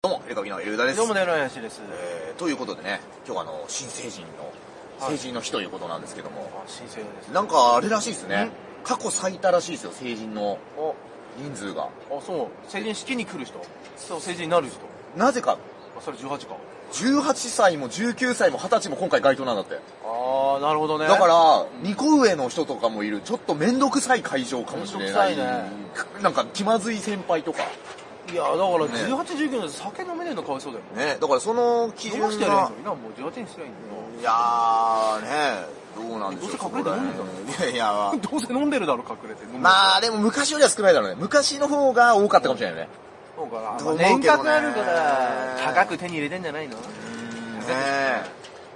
どうも、エルカビのエルダです。どうも、ねのやしです。えーということでね、今日はあの、新成人の、は成い人の日ということなんですけども、あ、新鮮です。なんかあれらしいですね。過去最多らしいですよ、成人のお、人数が。あ、そう。成人式に来る人。そう、成人になる人。なぜか、あ、それ18か。 18歳も19歳も20歳も今回該当なんだって。あー、なるほどね。だから、2個上の人とかもいる、ちょっとめんどくさい会場かもしれない。めんどくさいねなんか気まずい先輩とか。いや、だからね18、19なんて酒飲めねえのかわいそうだよ。ね、だからその基飲準まが、してやればいいのにな、もう18にしてりゃいいんいやーね、どうなんでしょう。どうせ隠れて飲んでんだろそこらへんいやいや、だよ。どうせ飲んでるだろ、隠れて。飲むまあでも昔よりは少ないだろうね。昔の方が多かったかもしれないよね。そうかな。と思うけどね年額あるから、高く手に入れてんじゃないのねえ。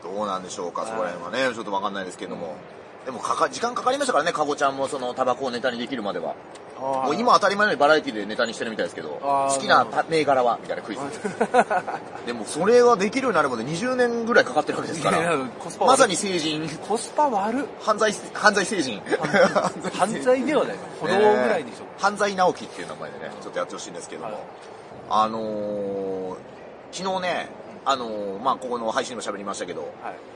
どうなんでしょうか、そこら辺はね。ちょっとわかんないですけども。でもかか、時間かかりましたからね、かごちゃんもそのタバコをネタにできるまでは。ももう今、当たり前のようにバラエティでネタにしてるみたいですけど、あー好きなパ銘柄はみたいなクイ ズ。でもそれができるようになるまで20年ぐらいかかってるわけですかいやいら。やコスパ悪いまさに成人。コスパ 悪っ。犯罪、犯罪成人。 犯罪ではない。歩道ぐらいにしとねくえ犯罪直樹っていう名前でね、ちょっとやってほしいんですけども。はいあのー、昨日ね、あのー、まあ、ここの配信でも喋りましたけど、はい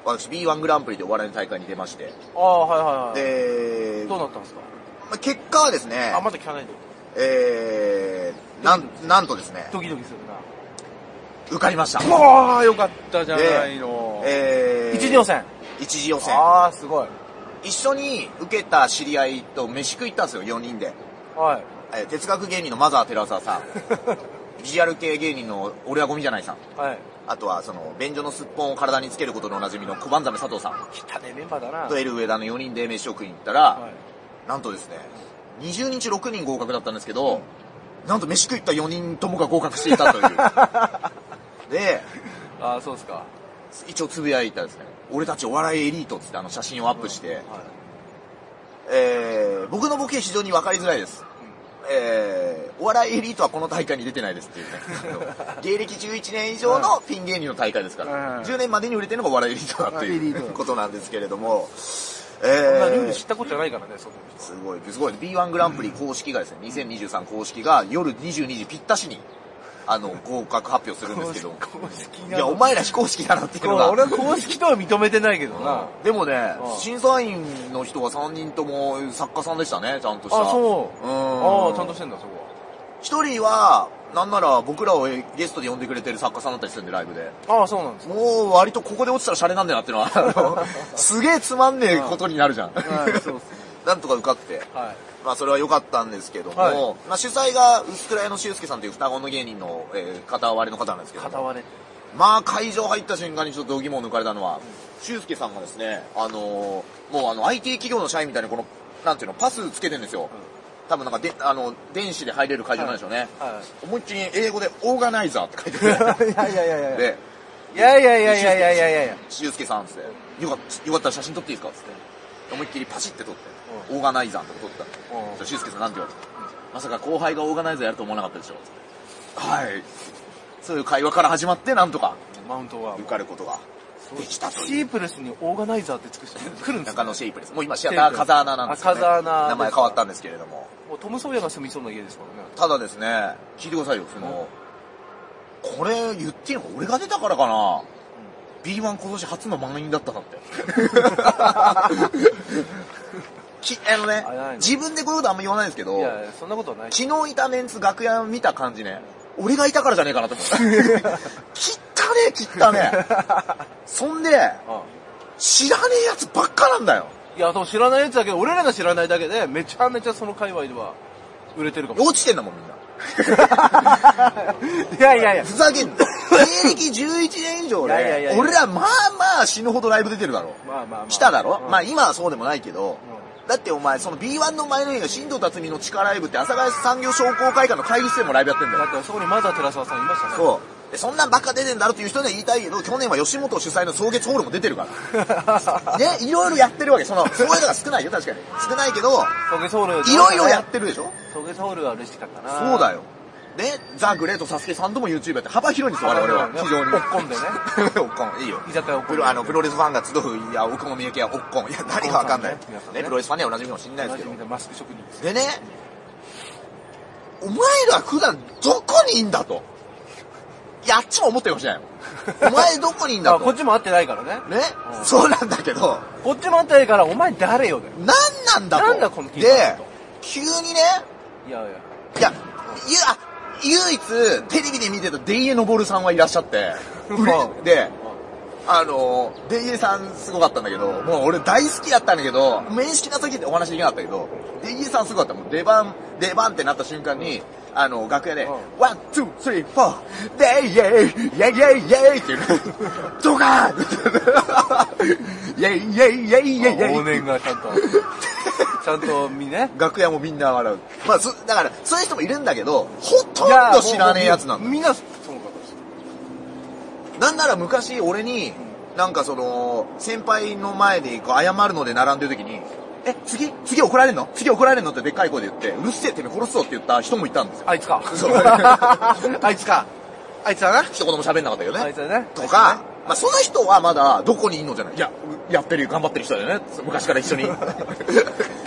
私 B1 グランプリでお笑いの大会に出まして、あー、はいはいはい。で、どうまなったんですかあ、結果はですねあ、、まだ聞かないで。えー、なん、なんとですね、ドキドキするな。受かりました。わあよかったじゃないの。えー、一次予。選。一次予選。ああすごい。一緒に受けた知り合いと飯食い行ったんですよ、4人で。はい。えー哲学芸人のマザー・テラサ さん、ビジュアル系芸人の俺はゴミじゃないさん、はい。あとはその、便所のすっぽんを体につけることでおなじみの小判ザメ佐藤さん汚ねメンバーだな。とエル上田の4人で飯を食いに行ったら、はい。なんとですね、20人中6人合格だったんですけど、なんと飯食い行った4人ともが合格していたと いう。で、ああそうですか。一応つぶやいたですね、俺たちお笑いエリートっつってあの写真をアップして、はい。えー僕のボケ非常に分かりづらいです。えーお笑いエリートはこの大会に出てないですって いうね。あの芸歴11年以上のピン芸人の大会ですから、うん10年までに売れてるのがお笑いエリートだってお笑いいエリーうトことなんですけれども、そんなルーえル知ーったことじゃないからねその人。すごい、すごい。B1 グランプリ公式がですね、2023公式が夜22時ぴったしに、あの、合格発表するんですけど、公式いや、お前ら非公式だなっていうのが。俺は公式とは認めてないけどな。でもねう、ん審査員の人は3人とも作家さんでしたね、ちゃんとした。あそうう。んああちゃんとしてんだそこは。一人は、なんなら僕らをゲストで呼んでくれてる作家さんだったりするんで、ライブで。ああそうなんです。もう割とここで落ちたらシャレなんだよなっていうのは、あのすげえつまんねえことになるじゃん。はいそうっすね。なんとか受かって。 はい。まあそれは良かったんですけども、はいまあ主催が薄倉屋の修介さんという双子の芸人の、えー片割れの方なんですけども、片割れ。まあ会場入った瞬間にちょっと度肝を抜かれたのは、修介さんがですね、あのーもうあの IT 企業の社員みたいにこの、なんていうの、パスつけてんですよ。多分なんかで、あの、電子で入れる会場なんでしょうね。は思いっきり英語でオーガナイザーって書いてくれい。いやいやいやて、いや。で、いやいやいやいやいやいやいやいや。修介さんっつって、よかった、よかったら写真撮っていいですかっつって、思いっきりパシって撮って、オーガナイザーのとこ撮ったうんの。そしたら修介さんなんて言われたまさか後輩がオーガナイザーやると思わなかったでしょっつって。はい。そういう会話から始まって、なんとかマウントは受。かることができたといシう。ープレスにオーガナイザーってつく人来るんです中か野シェイプです。もう今シアター風穴なんですよ、ね。あ風穴名前変わったんですけれども。もうトム・ソーヤが住みそうな家ですからね。ただですね、聞いてくださいよ、その、これ言っていいのか俺が出たからかな、?B1 今年初の満員だったな って。きあのねあれないの自分でこういうことあんま言わないんですけどい、やいや、そんなことはない。昨日いたメンツ楽屋見た感じね、俺がいたからじゃねえかなと思った。 切ったね、切ったね。そんで、あ知らねえやつばっかなんだよ。あいや、でも知らないやつだけど、俺らが知らないだけで、めちゃめちゃその界隈では売れてるかも。落ちてんだもん、みんな。 いやいやいや。ふざけんな。芸歴11年以上いやいやいやで、いや俺らまあまあ死ぬほどライブ出てるだろ。まあまあまあ。来ただろ、うんまあ今はそうでもないけど、だってお前その B1 の前の映画新藤辰巳の地下ライブって阿佐ヶ谷産業商工会館の会議室でもライブやってんだだよ。ってそこにまだ寺澤さんいましたね。う。そう。で、そんなんバカ出てんだろっていう人には言いたいけど、去年は吉本主催の草月ホールも出てるから。ね、いろいろやってるわけ。その、そういうのが少ないよ、確かに。少ないけど、トゲソウル。いろいろやってるでしょトゲソウルは嬉しかったな。そうだよ。よ。で、ザ・グレート・サスケさんとも YouTube やって幅広いんですよ、我我々々はは。。非常に。おっこんでね。おっこん、いい よ。居酒屋おっこプんロで。あのプロレスファンが集う、いや、奥もみゆきはおっこん。いや、何がわかんない。おっねこんさんね皆さんねプロレスファンにはおなじみかもしれないおですなけじどみ。のマスク職人です。でね、お前ら普段どこにいんだと。いや、あっちも思ってるかもしれないもん。お前どこにいんだ あと。こっちも会ってないからね。ね、うんそうなんだけど、こっちも会ってないから、お前誰よだよ。なんなんだと。なんだこの金髪でと、急にね、いやいや。いや、ゆ、あ、唯一、テレビで見てたデイエノボルさんはいらっしゃって、うれうんで、あの、デイエさんすごかったんだけど、もう俺大好きだったんだけど、面識な時ってお話できなかったけど、デイエさんすごかった。もう出番、出番ってなった瞬間に、あの、楽屋でうん、ワン、ツー、スリー、フォー、デイエイ、イェイイェイイェイって言うの。ドカーンイェイイェイイェイイェイイェイ往年がちゃんと、ちゃんと見ね。楽屋もみんな笑う。まあ、そ、だから、そういう人もいるんだけど、ほとんど知らねえやつなんだ。みんな、その方です。なんなら昔俺に、なんかその、先輩の前でこう謝るので並んでる時に、え、次次怒られんの次怒られんのってでっかい声で言って、うるせえてめえ殺すぞって言った人もいたんですよ。あいつか。 そうあいつか。あいつだな。一言も喋んなかったけどあいねつ。だね。とか、まあその人はまだどこにいんのじゃないいや、やってるよ、頑張ってる人だよね。昔から 一緒に。10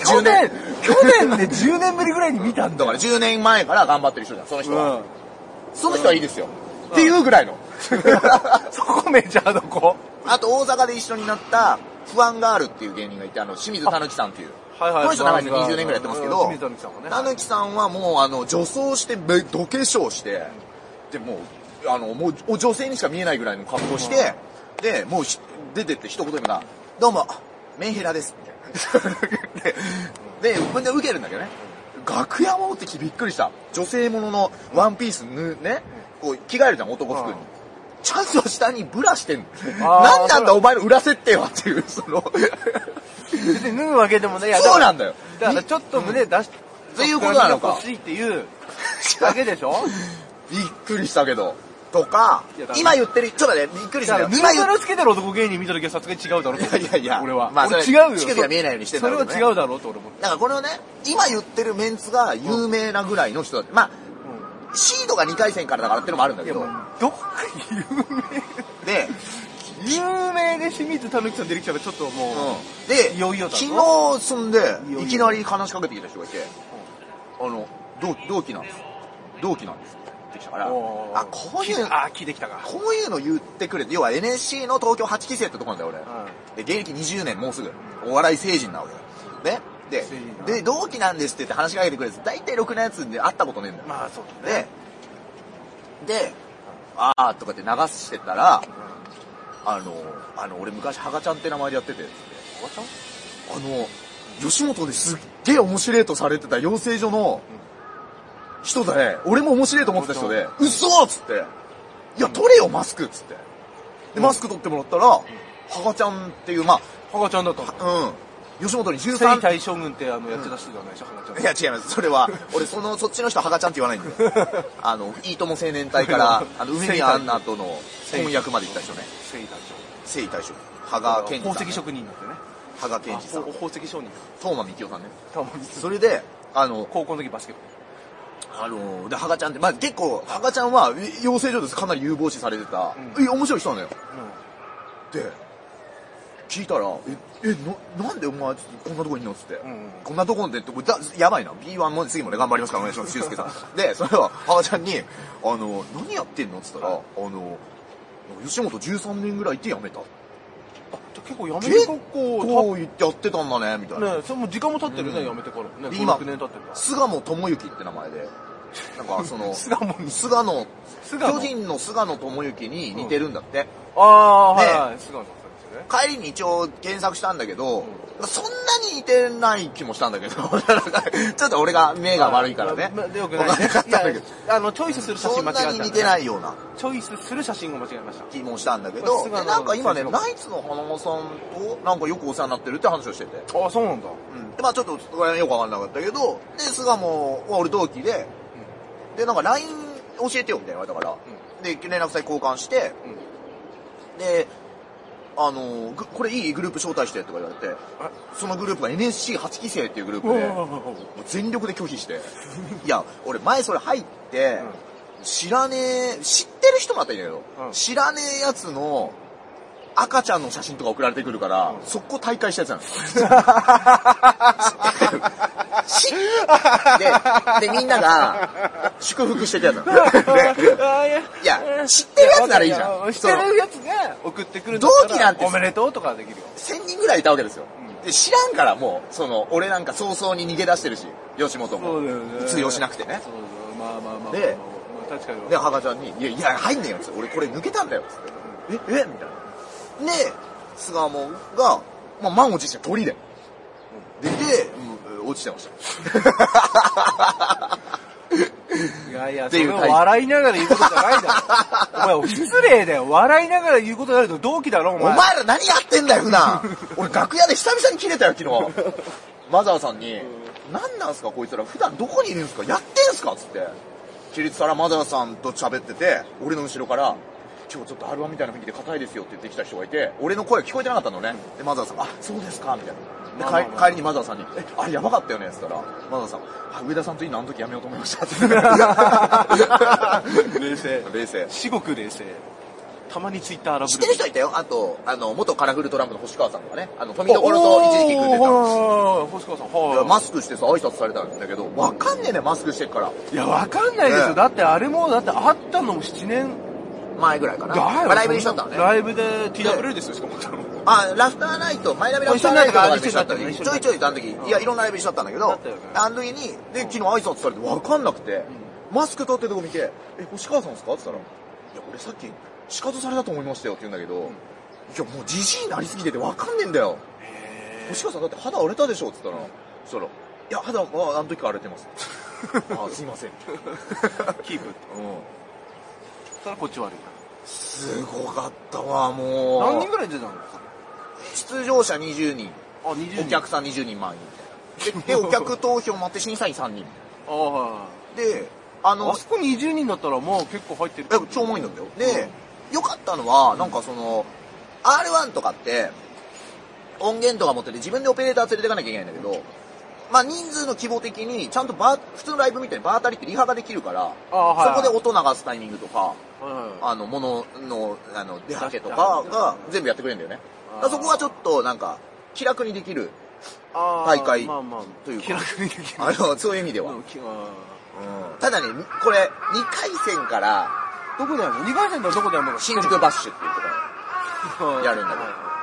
去年年。、去年で10年ぶりぐらいに見たんだだ。から10年前から頑張ってる人じゃん、そのう人は。ん。その人はいいですよ。っていうぐらいの。そこメジャーの子。はあと大阪で一緒になった、不安ガールっていう芸人がいて、あの、清水たぬきさんっていう。いこの人長いです20年ぐらいやってますけど、水谷さんもね。たぬきさんはもう、あの、女装して、め土化粧して、で、もう、あの、もう、お女性にしか見えないぐらいの格好して、で、もうひ、出てって一言目が、どうも、メンヘラです、みたいな。で、で、ほんで受けるんだけどね。楽屋もってきびっくりした。女性もののワンピースぬ、ね、こう、着替えるじゃん、男服にうん。ちゃんと下にブラしてんの。あーなんなんだお前の裏設定はっていう、その、別に脱ぐわけでもね、いやそうなんだよ。だからちょっと胸出し、ということなのか欲しいっていうだけ でしょびっくりしたけど。とかいやだ、から今言ってる、ちょっとね、びっくりしだたよから、。ぬい今言ぐるみつけてる男芸人見た時はさすがに違うだろうと思ったいやいやいや俺は。まあ俺そ違れうよ。乳首が見えないようにしてんそだれろはうけどね違うだろうと俺思って。だからこれをね、今言ってるメンツが有名なぐらいの人だって。まうあ、シードが2回戦からだからってのもあるんだん。けでども。、どっかで、有名、有名で清水たぬきさん出てきたらちょっとうもん。で、いよいよだ昨ぞ日、そんでいよい、よいきなり話しかけてきた人がいて、あの、同同期なんです。同期なんです。って来たから、あ、う、こういう、あ、聞いてきたか。こういうの言ってくれて、要は NSC の東京8期生ってとこなんだよ、俺。うで、現役20年もうすぐ、お笑い成人なわけだよ。ねで成人、で、同期なんですって言って話しかけてくれて、大体ろくなやつで会ったことねえんだよ。ん。まあ、そうだね。で、で、あーとかって流してたら、あの、あの、俺昔、ハガちゃんって名前でやってて、おばちゃんあの、吉本ですっげえ面白いとされてた養成所の人で、俺も面白いと思ってた人で、嘘っつって、いや、取れよ、マスクっつって。で、マスク取ってもらったら、ハガちゃんっていう、まあ、ハガちゃんだったうのん。吉本に征夷13大将軍ってあの、やってた人じゃないでしょ、ハガちゃ いん。や違います。それは、俺その、そっちの人はハガちゃんって言わないんだ よ。あの、いいとも青年隊から、あの、梅宮アンナとの翻訳まで行った人ね。征夷大将誠意大将。ハ軍。ガ健二さん、宝石職人になってね。ハガ健二さんあ。宝石商人。東間みきおさんね。たまにそれで、あの、高校の時バスケ部。あの、で、ハガちゃんって、まあ結構、ハガちゃんは、い養成所ですかなり有望視されてた、うんえ、面白い人なのよ。うん。で、聞いたら、え、え、な、なんでお前、こんなとこにいんのっつって。うんうんこんなとこでって、これだやばいな。B1 も次もね、頑張りますからお願いします、 俊介さん。で、それは、母ちゃんに、あの、何やってんのっつったら、あの、吉本13年ぐらいいて辞めた。あじゃあ結構やめて結学こ校う言ってやってたんだね、みたいな。ねそれも時間も経ってるね、うんやめてからねで今56年経ってるから菅野智之って名前で、なんかその、 菅野に菅野、菅巨野人の菅野智之に似てるんだって。ああー、ねはいはい菅野さんですよね帰りに一応検索したんだけど、そんなに似てない気もしたんだけど、 ちょっと俺が目が悪いからね。まあまあよくわないかんなかったんだけいど、やあのチョイスする写そ真ん間違えたなにんだ似てないようなチョイスする写真を間違えました気もしたんだけこど、れで菅野なんか今ね、先生のナイツの花間さんとなんかよくお世話になってるって話をしてて。ああそうなんだでまあちょっとそこら辺よくわかんなかったけど、で、菅野は俺同期で、で、なんか LINE 教えてよみたいな言われたから、で、連絡先交換して、うんで、あのぐこれいいグループ招待してとか言われて、あそのグループが NSC8 期生っていうグループうで、わもう全力で拒否して、 いや、俺前それ入って、知らねえ、知ってる人もあったんだけど、うん知らねえやつの、赤ちゃんの写真とか送られてくるから、速攻大会したやつ なんですよ。しで、で、みんなが祝福してたやつなん ですよであいやいや知ってるやつならいいじゃんわかるよ知ってるやつが送ってくるんだ同期なんておめでとうとかできるよ。 1000人ぐらいいたわけですよう。で知らんからもう、その、俺なんか早々に逃げ出してるし、吉本も。そうだよね。通用しなくてねそうそうまあまあまあ。でまあ確かに。で、母ちゃんに、いや、いや、入んねえよ、つって。俺これ抜けたんだよ、つって。え、えみたいな。で、菅鴨が、まあ、満を持して鳥で。で、で、うん落ちてました。いやいや、っそていれうをタイプ笑いながら言うことじゃない だろ。お前、失礼だよ。笑いながら言うことになると同期だろ、おお前前。ら何やってんだよ、普段。 俺楽屋で久々に切れたよ、昨日。マザーさんに、何なんすか、こいつら。普段どこにいるんすかやってんすかつって。起立からマザーさんと喋ってて、俺の後ろから、今日ちょっと R1 みたいな雰囲気で硬いですよって言ってきた人がいて、俺の声聞こえてなかったのね。で、マザーさんが、あ、そうですかみたいな。で、まあまあ帰まあ帰りにマザーさんに、え、あれやばかったよねつったら、マザーさんが、あ上田さんといいのあの時やめようと思いま したって。冷静。冷静。至極冷静。たまにツイッター荒ぶ知ってる人いたよ。あと、あの、元カラフルトランプの星川さんとかね。あの、富所と一時期組んでた。おー星川さん、いやはマスクしてさ、挨拶されたんだけど、わかんねえね、マスクしてっから。い。いや、わかんないですねよ。だって、あれも、だって、あったのも7年前ぐらいかな。まだよ。あライブにしとったのね。ライブで TW ですよ、しかも。あ、ラフターナイト、マイナビラフターナイトが一緒になった一緒になったね時、一ち緒になょっいたちょいあの時、いや、いろんなライブにしちゃったんだけど、だったよねあの時に、で、昨日挨拶されてわかんなくて、マスク取ってるとこ見て、え、星川さんですかって言ったら、いや、俺さっき、仕方されたと思いましたよって言うんだけど、いや、もうじじいになりすぎててわかんねえんだよ。星川さんだって肌荒れたでしょって言ったら、そしたら、いや、肌はあの時から荒れてます。 あ、すいません。キープ。うん。たらこっち悪い。すごかったわ、もう。何人ぐらい出たの出場者20人、あ、20人。お客さん20人満員みたいな。で、でお客投票もあって審査員3人。あーはで、あい。のあ、そこ20人だったら、もう結構入ってる。え超満員なんだよ。で、良かったのは、なんかその、R1 とかって、音源とか持ってて自分でオペレーター連れていかなきゃいけないんだけど、まあ人数の規模的に、ちゃんとバー、普通のライブみたいにバータリってリハができるから、あーはいはいそこで音流すタイミングとか、はいはいあの、ものの、あの、出はけとかが全部やってくれるんだよね。だからそこはちょっと、なんか、気楽にできる。あー大会まあまあ、というか気楽にできる。あの、そういう意味では。うんきあただね、これ、2回戦から、ーどこでやるの ?2 回戦だとどこでやるのか新宿バッシュっていうとこはやるんだけどど。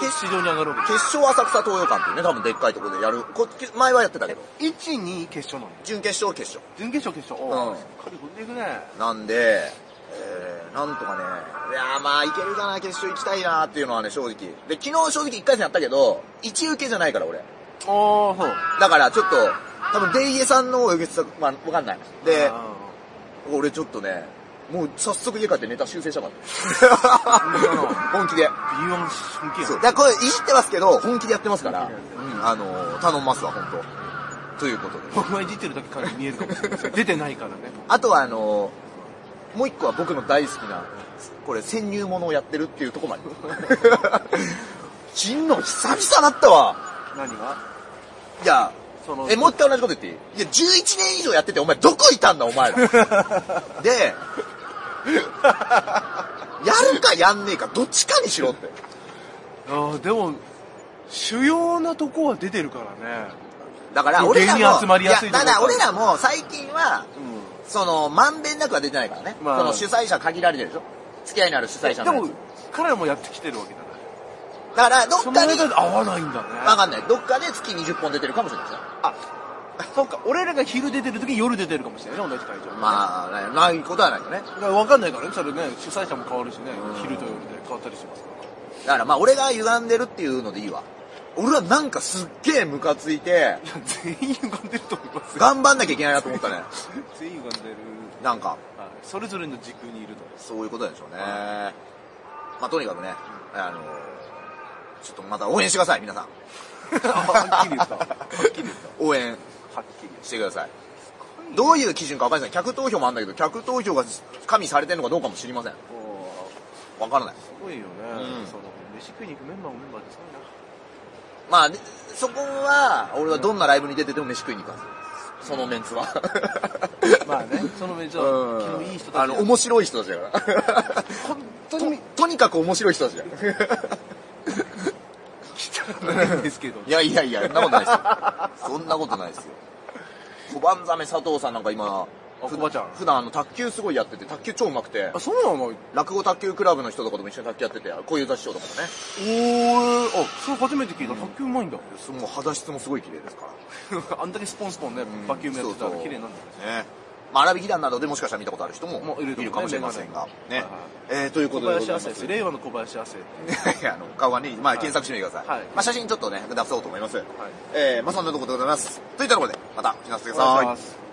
決勝場に上がるわ決勝浅草東洋館っていうね、多分でっかいところでやる。こ前はやってたけど。け。1、2決勝なの準決勝、決勝。準決勝、決勝。おうんーしっかり踏んでいくね。なんで、えー、なんとかね、いやーまあ、いけるかな、決勝行きたいなーっていうのはね、正直。で、昨日正直1回戦やったけど、1受けじゃないから、俺。おー、そう。だから、ちょっと、多分、デイエさんの方が受けてた、まあ、わかんない。で、あ俺ちょっとね、もう早速家帰ってネタ修正したからうん。 本気で。ー B1 本気や。。そうんだからこれいじってますけど、本気でやってますから、うあのー、頼みますわ、本当ということで。僕はいじってるだけ感じ見えるかもしれない。出てないからね。あとは、あのー、もう一個は僕の大好きな、これ、潜入物をやってるっていうところまで。 昨日久々だったわ。何がいや、そのえ、もう一回同じこと言っていいいや、11年以上やってて、お前どこいたんだ、お 前ら。で、やるかやんねえか、どっちかにしろって。あーでも、主要なとこは出てるからね。だから、俺らも、芸人集まりやすいとこやただ俺らも最近は、うん。その、まんべんなくは出てないからね。まあその主催者限られてるでしょ付き合いのある主催者でのやもつ。、彼らもやってきてるわけだね。だから、どっそのかに、間でわ合わないんだね。かんない。どっかで月20本出てるかもしれないですね。あ、そっか、俺らが昼出てる時夜出てるかもしれないね、同じ会場。まあ、ないないことはないよね。あ。わかんないからね、それね、主催者も変わるしねうん、昼と夜で変わったりしますから。だからまあ、俺が歪んでるっていうのでいいわ。俺はなんかすっげえムカついて、いや、全員歪んでると思いますよ。頑張んなきゃいけないなと思ったね。全員歪んでる。なんか、はいそれぞれの軸にいると。 そういうことなんでしょうね。まあ、とにかくね、あの、ちょっとまた応援してください、皆さん。はっきり言った。はっきり言っ応援た。はっきりしてください。どういう基準かわかんない。客投票もあるんだけど、客投票が加味されてるのかどうかも知りません。言う。もわからない。う、すごいよねうん。その、飯食いに行くメンバーもメンバーですからね。まあ、でそこは、俺はどんなライブに出てても飯食いに行くはず。そのメンツは。 まあね、そのめちゃ、うん昨日いい人たち。あの、面白い人たちだから。本当とに、とにかく面白い人たちだよ。なんですけど。いやいやいや、そんなことないですよ。そんなことないですよ。小判ザメ佐藤さんなんか今、あ小判ちゃん普段あの卓球すごいやってて、卓球超うまくてあ、、そうなのおー、落語卓球クラブの人とかとも一緒に卓球やってて、こういう雑誌賞とかもね。あ、それ初めて聞いた。卓球うまいんだ。もう肌質もすごい綺麗ですから。 あんだけスポンスポンね、バキュームやってたら綺麗なんだよね。ね。まあ、荒引き団などでもしかしたら見たことある人ももういいると思うねるかもしれませんが。メガネねはいはえい。ーというこ小とでご林ざい亜ま。生ですす。令和の小林亜生。い やあの、顔はね、まあ、検索してみてください。はいまあ、写真ちょっとね、出そうと思います。えー、まあ、そんなところでございます。といったところで、また、来なさてください。す。